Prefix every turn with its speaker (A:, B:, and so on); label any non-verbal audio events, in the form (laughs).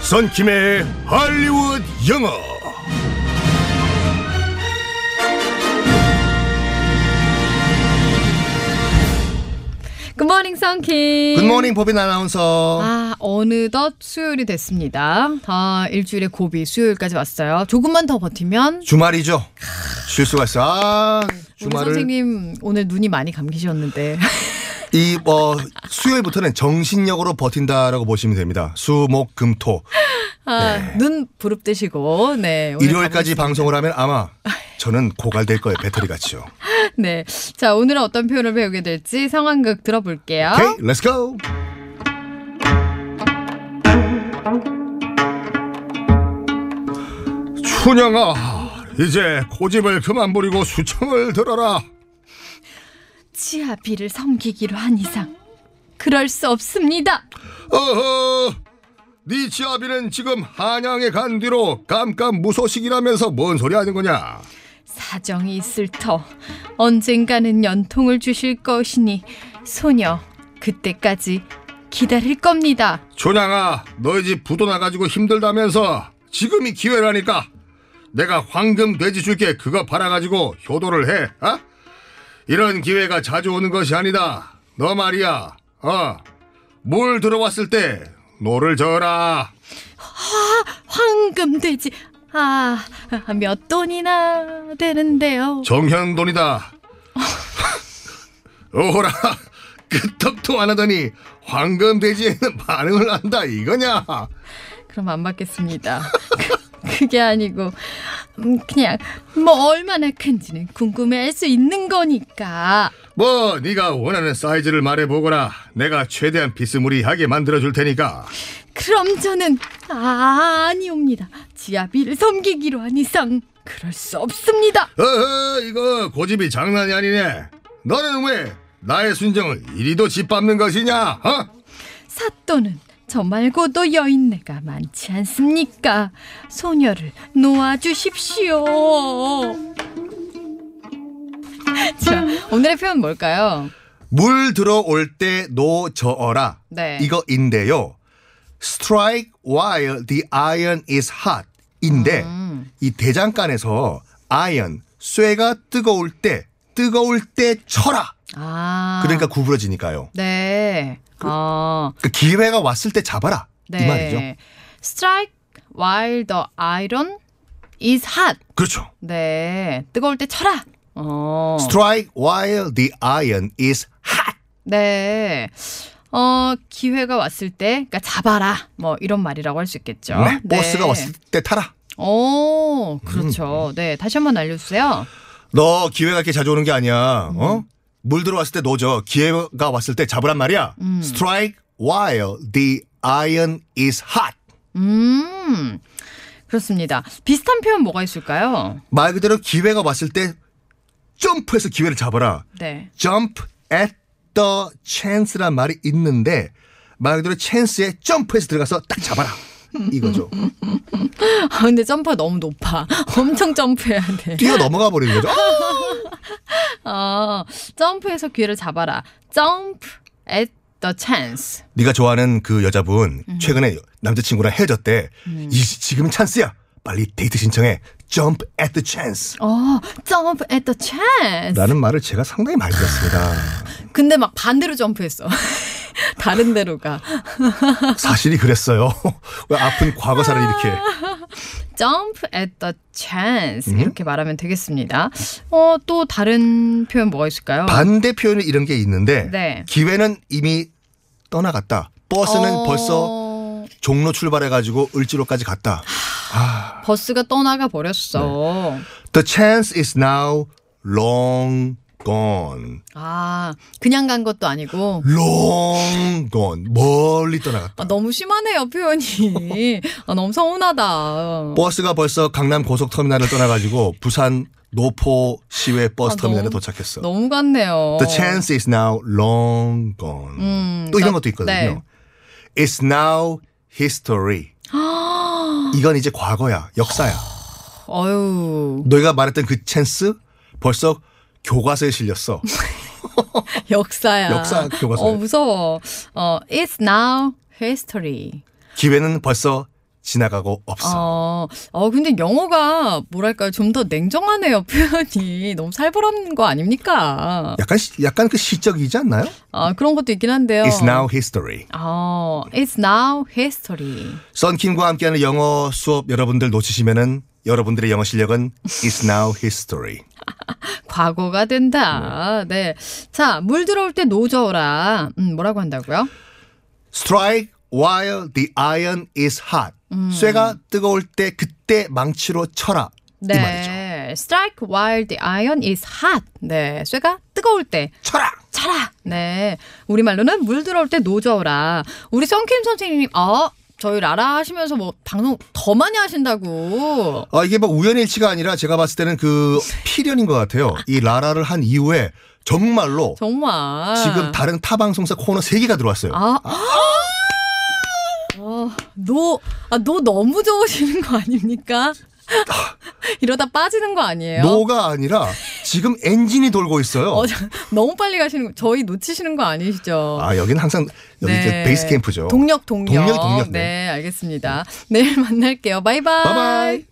A: 박선킴의 할리우드 영어.
B: 굿모닝 썬킴.
A: 굿모닝 법인 아나운서.
B: 아 어느덧 수요일이 됐습니다. 아 일주일의 고비 수요일까지 왔어요. 조금만 더 버티면
A: 주말이죠. 쉴 수가 있어. 아,
B: 우리
A: 주말을
B: 선생님 오늘 눈이 많이 감기셨는데 (laughs)
A: 이 뭐 수요일부터는 정신력으로 버틴다라고 보시면 됩니다. 수목금토
B: 아, 눈 부릅뜨시고 네
A: 네.
B: 오늘
A: 일요일까지 방송을 하면 아마 저는 고갈될 거예요 배터리 가치요.
B: 가보겠습니다. (laughs) 네. 자 오늘은 어떤 표현을 배우게 될지 상황극 들어볼게요.
A: 오케이, 렛츠 고. 춘영아, 이제 고집을 그만 부리고 수청을 들어라.
B: 치아 비를 섬기기로 한 이상 그럴 수 없습니다.
A: 어허, 네 지아비는 지금 한양에 간 뒤로 깜깜 무소식이라면서 뭔 소리 하는 거냐?
B: 사정이 있을 터 언젠가는 연통을 주실 것이니 소녀 그때까지 기다릴 겁니다.
A: 춘향아, 너희 집 부도 나가지고 힘들다면서 지금이 기회라니까. 내가 황금 돼지 줄게 그거 팔아가지고 효도를 해. 어? 이런 기회가 자주 오는 것이 아니다. 너 말이야. 어. 물 들어왔을 때 노를 저어라.
B: 황금돼지 아 몇 돈이나 되는데요.
A: 정현돈이다. 오호라. 끄떡도 안 하더니 황금 돼지에는 반응을 한다 이거냐?
B: 그럼 안 받겠습니다. (laughs) 그- 그게 아니고 음, 그냥 뭐 얼마나 큰지는 궁금해할 수 있는 거니까
A: 뭐 네가 원하는 사이즈를 말해보거라. 내가 최대한 비스무리하게 만들어줄 테니까.
B: 그럼 저는 아, 아니옵니다. 지아비를 섬기기로 한 이상 그럴 수 없습니다.
A: 어허 이거 고집이 장난이 아니네 너는 왜 나의 순정을 이리도 짓밟는 것이냐 어?
B: 사또는 저 말고도 여인네가 많지 않습니까? 소녀를 놓아주십시오. 자, 오늘의 표현 뭘까요?
A: 물 들어올 때 노저어라
B: 네.
A: 이거인데요 strike while the iron is hot 인데
B: 음.
A: 이 대장간에서 iron 쇠가 뜨거울 때 뜨거울 때 쳐라
B: 아,
A: 그러니까 구부러지니까요
B: 네, 어,
A: 그 기회가 왔을 때 잡아라
B: 네.
A: 이 말이죠
B: Strike while the iron is hot.
A: 그렇죠
B: 네, 뜨거울 때 쳐라. 어,
A: strike while the iron is hot
B: 네. 어, 기회가 왔을 때, 그러니까 잡아라. 뭐 이런 말이라고 할 수 있겠죠.
A: 네, 버스가 음, 왔을 때 타라
B: 오, 그렇죠. 네, 다시 한 번 알려주세요.
A: 너 기회가 이렇게 자주 오는 게 아니야.
B: 음.
A: 어? 물 들어왔을 때 노죠. 기회가 왔을 때 잡으란 말이야.
B: 음.
A: Strike while the iron is hot.
B: 음, 그렇습니다. 비슷한 표현 뭐가 있을까요?
A: 말 그대로 기회가 왔을 때 점프해서 기회를 잡아라.
B: 네.
A: Jump at the chance란 말이 있는데 말 그대로 chance에 점프해서 들어가서 딱 잡아라. 이거죠.
B: 아, 근데 점프가 너무 높아. (laughs) 엄청 점프해야 돼.
A: 뛰어 넘어가 버리는 거죠. 아!
B: 어, 점프해서 귀를 잡아라. Jump at the chance.
A: 네가 좋아하는 그 여자분 최근에 남자친구랑 헤어졌대. 이 지금 찬스야. 빨리 데이트 신청해. Jump at the chance.
B: 어, jump at the chance.
A: 라는 말을 제가 상당히 많이 들었습니다.
B: 근데 막 반대로 점프했어. (laughs) 다른 데로 가.
A: 사실이 그랬어요. (laughs) 왜 아픈 과거사를 이렇게.
B: jump at the chance
A: 음?
B: 이렇게 말하면 되겠습니다. 어, 또 다른 표현 뭐가 있을까요?
A: 반대 표현이 이런 게 있는데
B: 네.
A: 기회는 이미 떠나갔다. 버스는
B: 어,
A: 벌써 종로 출발해가지고 을지로까지 갔다.
B: 버스가 떠나가 버렸어.
A: The chance is now long gone.
B: 아, 그냥 간 것도 아니고
A: long gone. 멀리 떠나갔다.
B: 아, 너무 심하네요 표현이. 아, 너무 서운하다.
A: 버스가 벌써 강남 고속터미널을
B: (laughs)
A: 떠나가지고 부산 노포 시외 버스
B: 아,
A: 터미널에
B: 너무-
A: 도착했어.
B: 너무 갔네요.
A: The chance is now long gone.
B: 음,
A: 또 이런
B: 나-
A: 것도 있거든요.
B: 네. (gasps)
A: It's now history. 이건 이제 과거야,
B: (gasps)
A: 역사야.
B: 어유
A: 너희가 말했던 그 찬스 벌써 교과서에
B: (laughs)
A: 실렸어.
B: 역사야.
A: 역사 교과서에.
B: 어 무서워. 어 it's now history.
A: 기회는 벌써 지나가고 없어.
B: 어, 어, 근데 영어가 뭐랄까요? 좀 더 냉정하네요, (laughs) 표현이. 너무 살벌한 거 아닙니까?
A: 약간 시- 약간 그 시적이지 않나요?
B: 아, 그런 것도 있긴 한데요.
A: It's now history.
B: 어, it's now history.
A: 썬킴과 함께하는 영어 수업 여러분들 놓치시면은 여러분들의 영어 실력은 It's now history.
B: 과거가 된다. 네. 자, 물 들어올 때 노저어라. 음, 뭐라고 한다고요?
A: Strike while the iron is hot.
B: 음.
A: 쇠가 뜨거울 때 그때 망치로 쳐라. 이 말이죠.
B: 네. Strike while the iron is hot. 네. 쇠가 뜨거울 때
A: 쳐라.
B: 차라. 네. 우리말로는 물 들어올 때 노저어라. 우리 썬킴 선생님, 어? 저희 라라 하시면서 뭐 방송 더 많이 하신다고.
A: 아, 이게 뭐 우연의 일치가 아니라 제가 봤을 때는 그 필연인 것 같아요. 이 라라를 한 이후에 정말로
B: 정말.
A: 지금 다른 타 방송사 코너 세개가 들어왔어요.
B: 아. 어, 노, 아, 노 너무 좋으시는 거 아닙니까? (laughs) 이러다 빠지는 거 아니에요?
A: 노가 아니라 지금 엔진이 돌고 있어요.
B: 어, 저- 너무 빨리 가시는 거, 저희 놓치시는 거 아니시죠? 네.
A: 아, 여기는 항상 여기 이제 베이스 캠프죠.
B: 동력, 동력.
A: 동력, 동력,
B: 네,
A: 네.
B: 알겠습니다. 내일 만날게요. 바이바이.
A: 바이바이.